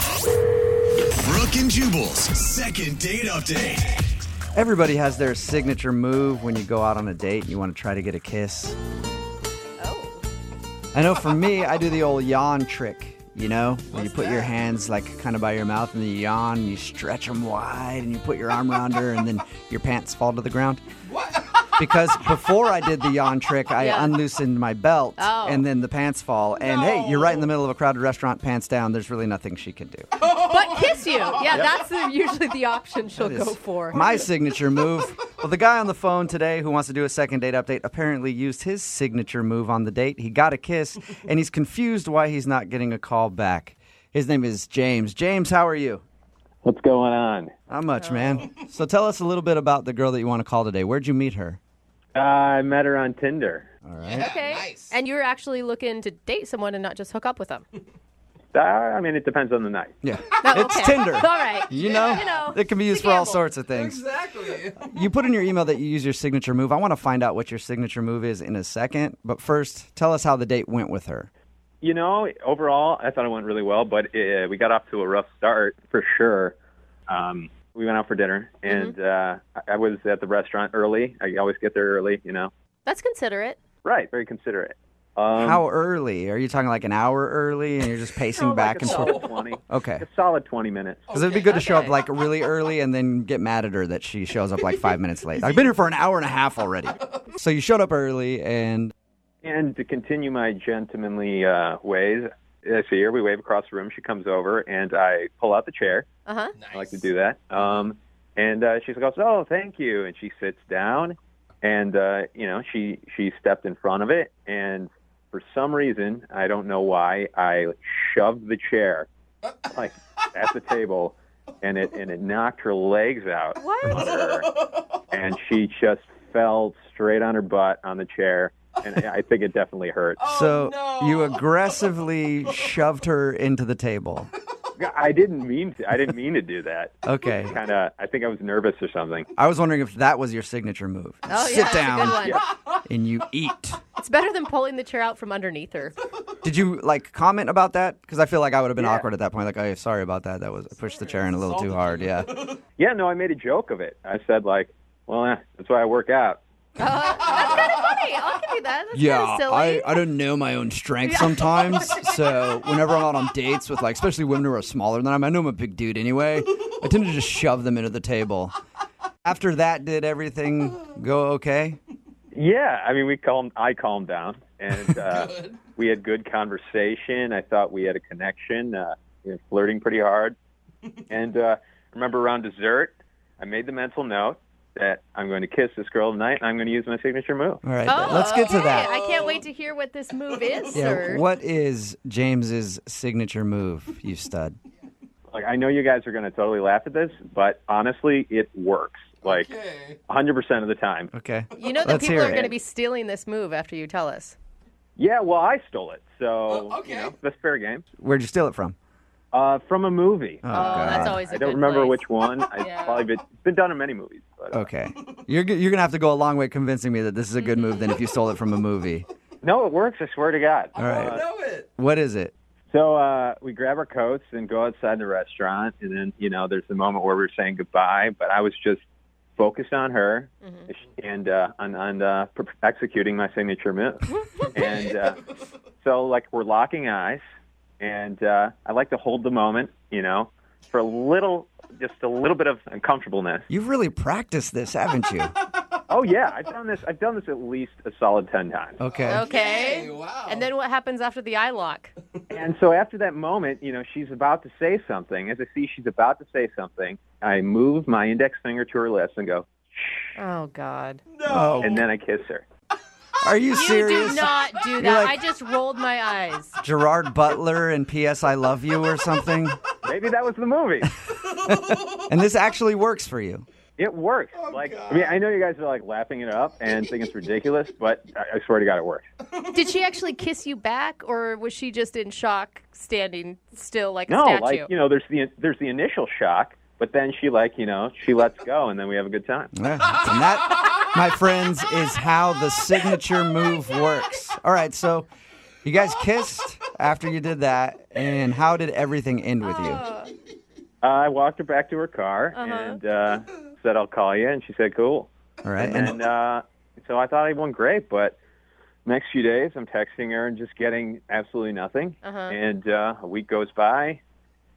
92.5. Brooke and Jubal's second date update. Everybody has their signature move when you go out on a date and you want to try to get a kiss. Oh. I know for me, I do the old yawn trick, you know, where you What's put your that? hands like kind of by your mouth and then you yawn and you stretch them wide and you put your arm around her and then your pants fall to the ground. Because before I did the yawn trick, I Yeah. unloosened my belt Oh. and then the pants fall. And hey, you're right in the middle of a crowded restaurant, pants down. There's really nothing she can do. But kiss you. Yeah, that's the, usually the option she'll That is go for. My signature move. Well, the guy on the phone today who wants to do a second date update apparently used his signature move on the date. He got a kiss, and he's confused why he's not getting a call back. His name is James. James, how are you? What's going on? Not much, man. So tell us a little bit about the girl that you want to call today. Where'd you meet her? Uh, I met her on Tinder. All right. okay. And you're actually looking to date someone and not just hook up with them. Uh, I mean, it depends on the night. Yeah. No, It's okay. Tinder. All right. You know, You know, it can be it's a used for all gamble. sorts of things. Exactly. You put in your email that you use your signature move. I want to find out what your signature move is in a second. But first, tell us how the date went with her. You know, overall, I thought it went really well, but uh we got off to a rough start for sure. Um, we went out for dinner, and uh, I I was at the restaurant early. I always get there early, you know. That's considerate. Right, very considerate. Um, How early? Are you talking like an hour early and you're just pacing like back a and solid forth? 20, Okay. a solid 20 minutes. Because it'd be good to show up Okay. like really early and then get mad at her that she shows up like five minutes late. I've been here for an hour and a half already. So you showed up early and And to continue my gentlemanly uh, ways, I see her. We wave across the room. She comes over, and I pull out the chair. Uh huh. I like to do that. Um, and uh, she goes, "Oh, thank you," and she sits down, and uh, you know, she she stepped in front of it, and for some reason, I don't know why, I shoved the chair like at the table, and it and it knocked her legs out from What? under her, and she just fell straight on her butt on the chair, and I I think it definitely hurt. Oh, so no. you aggressively shoved her into the table. I didn't mean to. I didn't mean to do that. Okay. Kind of. I think I was nervous or something. I was wondering if that was your signature move. Oh, Sit yeah, that's a down good one. and you eat. It's better than pulling the chair out from underneath her. Did you like comment about that? Because I feel like I would have been Yeah. awkward at that point. Like, oh, sorry about that. That was I pushed the chair in a little too hard. Yeah. Yeah, no, I made a joke of it. I said like, well, eh, that's why I work out. Funny. I can do that. That's Yeah, kinda I, silly. I don't know my own strength sometimes. so whenever I'm out on dates with like, especially women who are smaller than I'm, I know I'm a big dude anyway. I tend to just shove them into the table. After that, did everything go okay? Yeah, I mean, we calmed. I calmed down, and uh, we had good conversation. I thought we had a connection. Uh, we were flirting pretty hard, and uh, remember around dessert, I made the mental note that I'm going to kiss this girl tonight, and I'm going to use my signature move. All right, Oh, let's get to okay. that. I can't wait to hear what this move is, Yeah, sir. what is James's signature move, you stud? Like, I know you guys are going to totally laugh at this, but honestly, it works. Like, 100% of the time. Okay. You know that Let's people hear are it. going to be stealing this move after you tell us. Yeah, well, I stole it, so Oh, okay. you know, that's fair game. Where'd you steal it from? Uh, from a movie. Oh, Oh, that's always I I don't remember which one. I Yeah. probably been, it's been done in many movies. But, uh, Okay. You're, g- you're going to have to go a long way convincing me that this is a good move than if you stole it from a movie. No, it works. I swear to God. Uh, All right. I know it. What is it? So uh, we grab our coats and go outside the restaurant, and then you know there's the moment where we're saying goodbye. But I was just focused on her and uh, on, on uh, per- executing my signature move. and uh, so like we're locking eyes, and uh, I like to hold the moment, you know, for a little, just a little bit of uncomfortableness. You've really practiced this, haven't you? Oh yeah, I've done this. I've done this at least a solid ten times. Okay. Okay. Hey, wow. And then what happens after the eye lock? And so after that moment, you know, she's about to say something. As I see she's about to say something, I move my index finger to her lips and go, Oh God! Oh, and then I kiss her. are you You serious? do not do that. like- I just rolled my eyes. Gerard Butler and P.S. I Love You or something? Maybe that was the movie. And this actually works for you. It works. like, I mean, I know you guys are like laughing it up and think it's ridiculous, but I, I swear to God, it works. Did she actually kiss you back, or was she just in shock, standing still like No, a statue? like you know, there's the there's the initial shock, but then she like you know she lets go, and then we have a good time. Yeah. And that, my friends, is how the signature move works. All right, so You guys kissed after you did that, and how did everything end with you? I walked her back to her car and uh, said, I'll call you. And she said, cool. All right, And and uh, so I thought I went great, but next few days I'm texting her and just getting absolutely nothing. Uh-huh. And uh, a week goes by,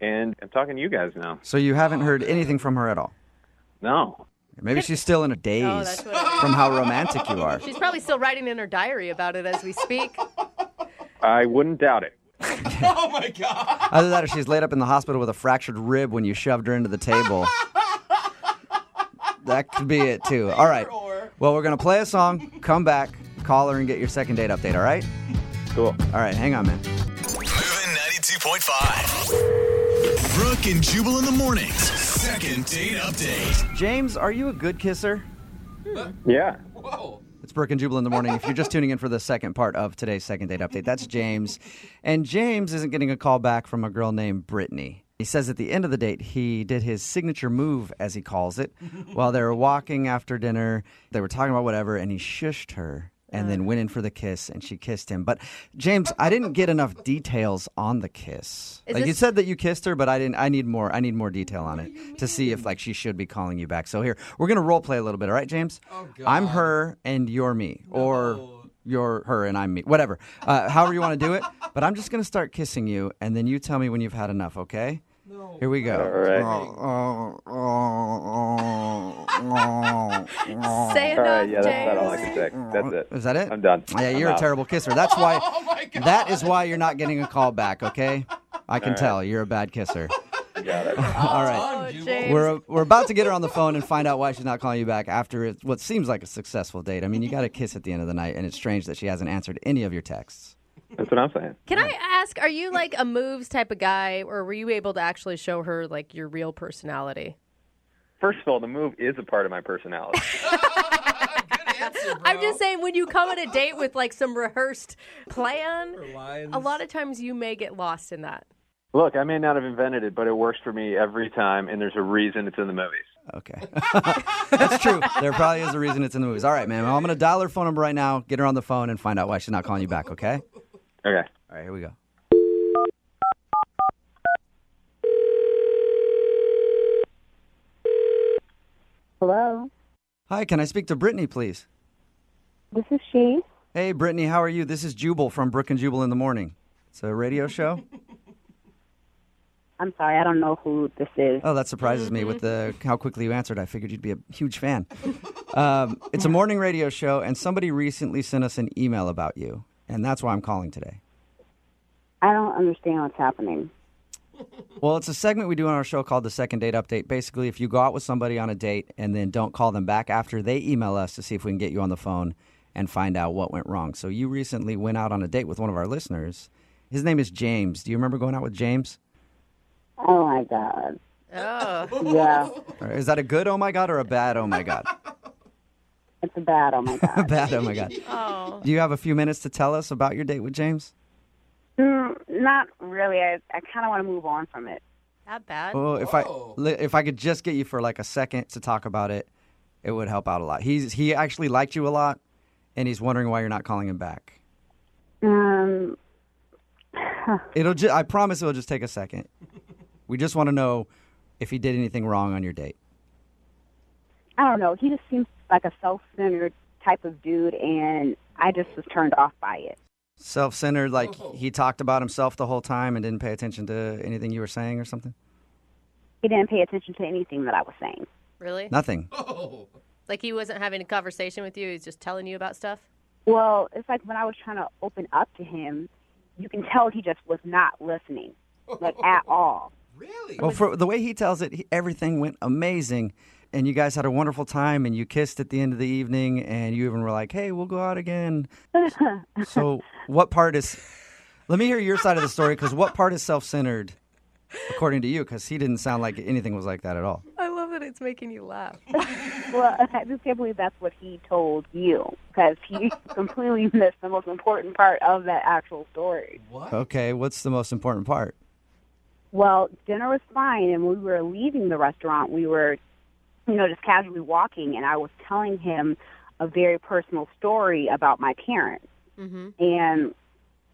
and I'm talking to you guys now. so you haven't heard anything from her at all. No, Maybe she's still in a daze Oh, that's what I- from how romantic you are. She's probably still writing in her diary about it as we speak. I wouldn't doubt it. Oh my god. Either that, or she's laid up in the hospital with a fractured rib when you shoved her into the table. that could be it too. All right. Or- Well, we're gonna play a song. Come back, call her, and get your second date update. All right. Cool. All right. Hang on, man. Moving 92.5. Brooke and Jubal in the mornings. Second date update. James, are you a good kisser? Yeah. Whoa. It's Brooke and Jubal in the morning. If you're just tuning in for the second part of today's second date update, that's James. And James isn't getting a call back from a girl named Brittany. He says at the end of the date, he did his signature move, as he calls it, while they were walking after dinner. They were talking about whatever, and he shushed her and then went in for the kiss, and she kissed him. But James, I didn't get enough details on the kiss. Is like you this- said that you kissed her, but I didn't. I need more. I need more detail on it to see if like she should be calling you back. So here, we're gonna role play a little bit. All right, James. I'm her and you're me, or you're her and I'm me. Whatever. Uh, however you want to do it. But I'm just gonna start kissing you, and then you tell me when you've had enough. Okay. No. Here we go. right. Say enough, All right. Yeah, that's James. about all I can say. That's it. Is that it? I'm done. Yeah, you're I'm a out. terrible kisser. That's why. Oh my god. That is why you're not getting a call back. Okay. I can tell you're a bad kisser. Got it. All right. Done, Oh, Jubal. James. We're, we're about to get her on the phone and find out why she's not calling you back after it, what seems like a successful date. I mean, you got a kiss at the end of the night, and it's strange that she hasn't answered any of your texts. That's what I'm saying. Can I ask, are you like a moves type of guy, or were you able to actually show her like your real personality? First of all, the move is a part of my personality. Good answer, bro. I'm just saying, when you come on a date with like some rehearsed plan, Lines. a lot of times you may get lost in that. Look, I may not have invented it, but it works for me every time, and there's a reason it's in the movies. Okay. That's true. There probably is a reason it's in the movies. All right, man. Well, I'm going to dial her phone number right now, get her on the phone, and find out why she's not calling you back, okay? Okay. All right, here we go. Hello, Hi, can I speak to Brittany, please? this is she. Hey, Brittany, how are you? This is Jubal from Brook and Jubal in the Morning. It's a radio show. I'm sorry, I don't know who this is. Oh, that surprises me with the how quickly you answered. I figured you'd be a huge fan. um, it's a morning radio show, and somebody recently sent us an email about you, and that's why I'm calling today. I don't understand what's happening. Well, it's a segment we do on our show called the Second Date Update. Basically, if you go out with somebody on a date and then don't call them back after they email us to see if we can get you on the phone and find out what went wrong. So you recently went out on a date with one of our listeners. His name is James. Do you remember going out with James? Oh my god. Oh, Yeah, Or is that a good oh my god or a bad oh my god? it's a bad. Oh my A god. bad oh my god. oh. Do you have a few minutes to tell us about your date with James? Mm, not really. I I kind of want to move on from it. Not bad. Well, Oh, if Whoa. I li- if I could just get you for like a second to talk about it, it would help out a lot. He's he actually liked you a lot, and he's wondering why you're not calling him back. Um, It'll ju- I promise it'll just take a second. We just want to know if he did anything wrong on your date. I don't know. He just seems like a self-centered type of dude, and I just was turned off by it. Self-centered, like he talked about himself the whole time and didn't pay attention to anything you were saying or something. He didn't pay attention to anything that I was saying. Really? Nothing. Oh. Like he wasn't having a conversation with you, he's just telling you about stuff? Well, it's like when I was trying to open up to him, you can tell he just was not listening, like at all. Really? Well, for the way he tells it, he, everything went amazing, and you guys had a wonderful time, and you kissed at the end of the evening, and you even were like, "Hey, we'll go out again." so, what part is? Let me hear your side of the story, because what part is self-centered, according to you? Because he didn't sound like anything was like that at all. I love that it's making you laugh. Well, I just can't believe that's what he told you because he completely missed the most important part of that actual story. What? Okay, what's the most important part? Well, dinner was fine, and when we were leaving the restaurant, we were, you know, just casually walking, and I was telling him a very personal story about my parents. And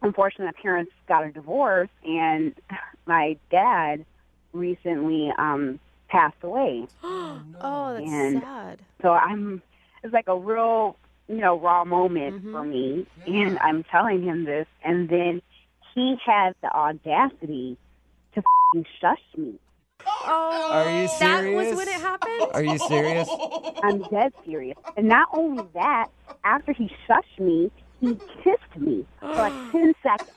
unfortunately, my parents got a divorce, and my dad recently um, passed away. Oh, that's Mm. And- sad. So I'm it's like a real, you know, raw moment for me. And I'm telling him this and then he had the audacity to fing shush me. Oh, Are you that was serious? when it happened. Are you serious? I'm dead serious. And not only that, after he shushed me, he kissed me for like ten seconds.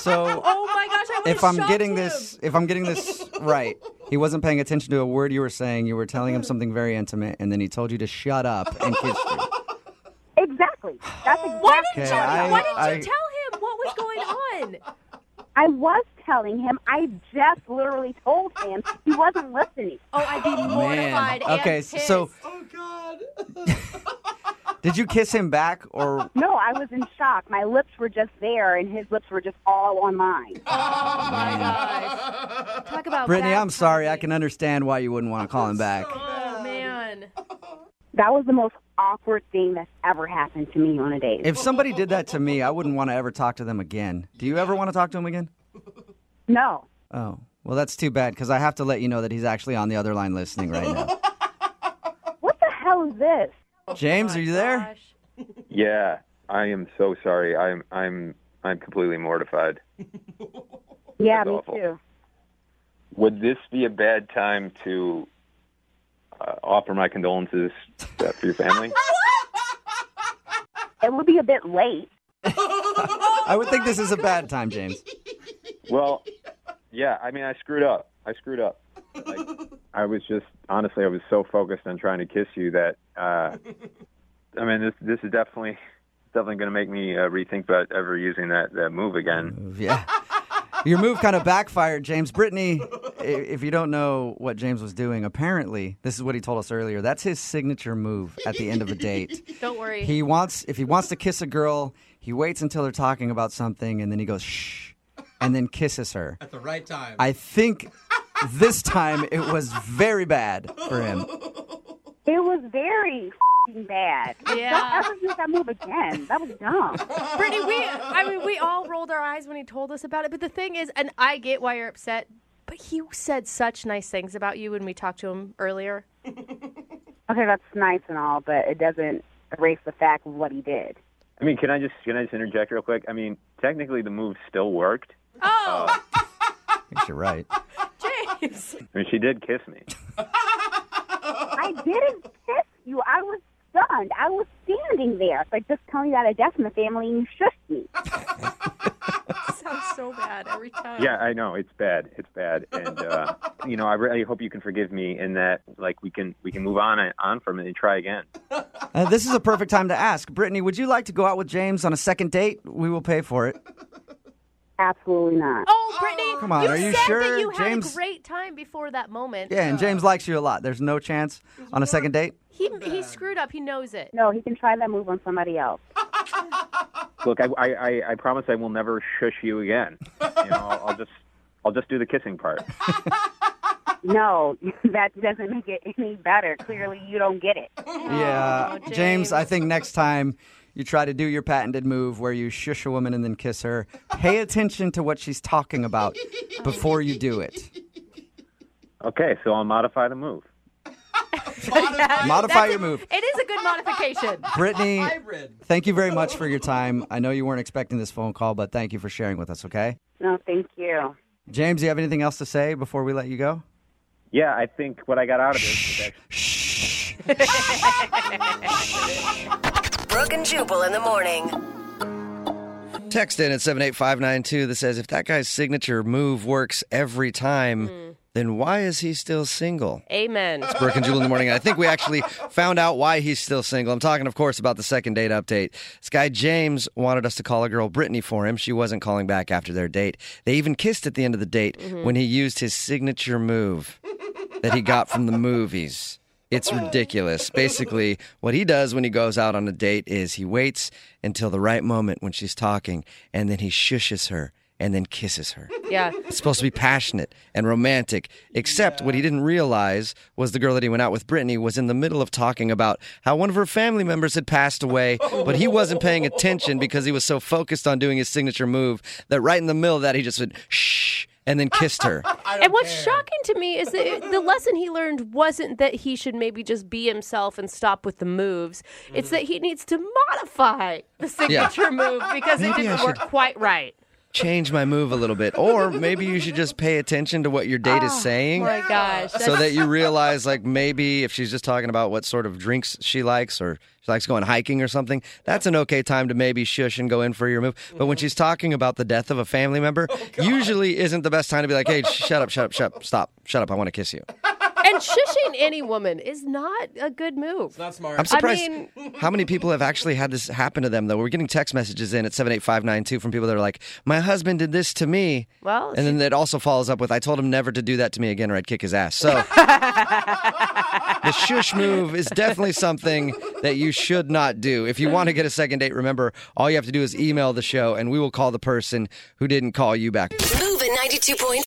So Oh my gosh, I would if I'm getting this, if I'm getting this right, he wasn't paying attention to a word you were saying. You were telling him something very intimate, and then he told you to shut up and kissed you. Exactly. That's exactly Why didn't Okay, you? I- why didn't I- you tell him what was going on? I was telling him. I just literally told him. He wasn't listening. Oh, I'd be mortified. and Okay, pissed. so Oh God. did you kiss him back, or No, I was in shock. My lips were just there and his lips were just all on mine. Oh my gosh. Talk about Brittany? bad I'm sorry. I timing. can understand why you wouldn't want to call him back. Oh man. That was the most awkward thing that's ever happened to me on a date. If somebody did that to me, I wouldn't want to ever talk to them again. Do you ever want to talk to him again? no. Oh, well, that's too bad because I have to let you know that he's actually on the other line listening right now. What the hell is this? Oh James, are you there? Gosh. Yeah, I am so sorry. I'm I'm I'm completely mortified. Yeah, That's me awful. too. Would this be a bad time to uh, offer my condolences uh, for your family? It would be a bit late. I would think this is a bad time, James. well, yeah. I mean, I screwed up. I screwed up. Like, I was just honestly, I was so focused on trying to kiss you that uh, I mean, this this is definitely definitely going to make me uh, rethink about ever using that that move again. Yeah. Your move kind of backfired, James. Brittany, i- if you don't know what James was doing, apparently, this is what he told us earlier. That's his signature move at the end of a date. Don't worry. He wants, if he wants to kiss a girl, he waits until they're talking about something and then he goes, shh, and then kisses her. At the right time. I think this time it was very bad for him. It was very fing bad. Yeah. Don't ever use that move again. That was dumb. Brittany, we I mean we all rolled our eyes when he told us about it, but the thing is, and I get why you're upset, but he said such nice things about you when we talked to him earlier. Okay, that's nice and all, but it doesn't erase the fact of what he did. I mean, can I just can I just interject real quick? I mean, technically, the move still worked. Oh, I think you're right. James. I mean, she did kiss me. I didn't kiss you. I was stunned. I was standing there. It's like just telling you that I death in the family and you shushed me. Sounds so bad every time. Yeah, I know it's bad. It's bad, and uh, you know, I really hope you can forgive me in that. Like, we can we can move on and on from it and try again. Uh, this is a perfect time to ask. Brittany, would you like to go out with James on a second date? We will pay for it. Absolutely not. Oh, Brittany, Come on, you are you said sure? that you had James- a great time before that moment. Yeah, and James likes you a lot. There's no chance on a second date. He he screwed up. He knows it. No, he can try that move on somebody else. Look, I I, I, I promise I will never shush you again. You know, I'll, I'll just I'll just do the kissing part. No, that doesn't make it any better. Clearly, you don't get it. Yeah, uh, James. Oh, James, I think next time you try to do your patented move where you shush a woman and then kiss her, pay attention to what she's talking about before you do it. Okay, so I'll modify the move. Modify your move. It is a good modification. Brittany, Hybrid. thank you very much for your time. I know you weren't expecting this phone call, but thank you for sharing with us, okay? No, thank you. James, you have anything else to say before we let you go? Yeah, I think what I got out of this was actually. Brooke and Jubal in the morning. Text in at 78592 that says, if that guy's signature move works every time, then why is he still single? Amen. Brooke and Jewel in the morning. And I think we actually found out why he's still single. I'm talking, of course, about the second date update. This guy James wanted us to call a girl Brittany for him. She wasn't calling back after their date. They even kissed at the end of the date when he used his signature move that he got from the movies. It's ridiculous. Basically, what he does when he goes out on a date is he waits until the right moment when she's talking and then he shushes her and then kisses her. Yeah. It's supposed to be passionate and romantic, except what he didn't realize was the girl that he went out with, Brittany, was in the middle of talking about how one of her family members had passed away, but he wasn't paying attention because he was so focused on doing his signature move that right in the middle of that he just went shh and then kissed her. And what's shocking to me is that the lesson he learned wasn't that he should maybe just be himself and stop with the moves. Mm. It's that he needs to modify the signature move because it Maybe didn't I work quite right. Change my move a little bit, or maybe you should just pay attention to what your date is saying. Oh my gosh. so that you realize like maybe if she's just talking about what sort of drinks she likes or she likes going hiking or something that's an okay time to maybe shush and go in for your move but when she's talking about the death of a family member usually isn't the best time to be like hey shut up shut up shut up stop shut up i want to kiss you and shushing any woman is not a good move. Not smart. i'm surprised mean- how many people have actually had this happen to them though we're getting text messages in at 78592 from people that are like my husband did this to me Well, and then it also follows up with, I told him never to do that to me again or I'd kick his ass. So the shush move is definitely something that you should not do. If you want to get a second date, remember, all you have to do is email the show and we will call the person who didn't call you back. Move at 92.5.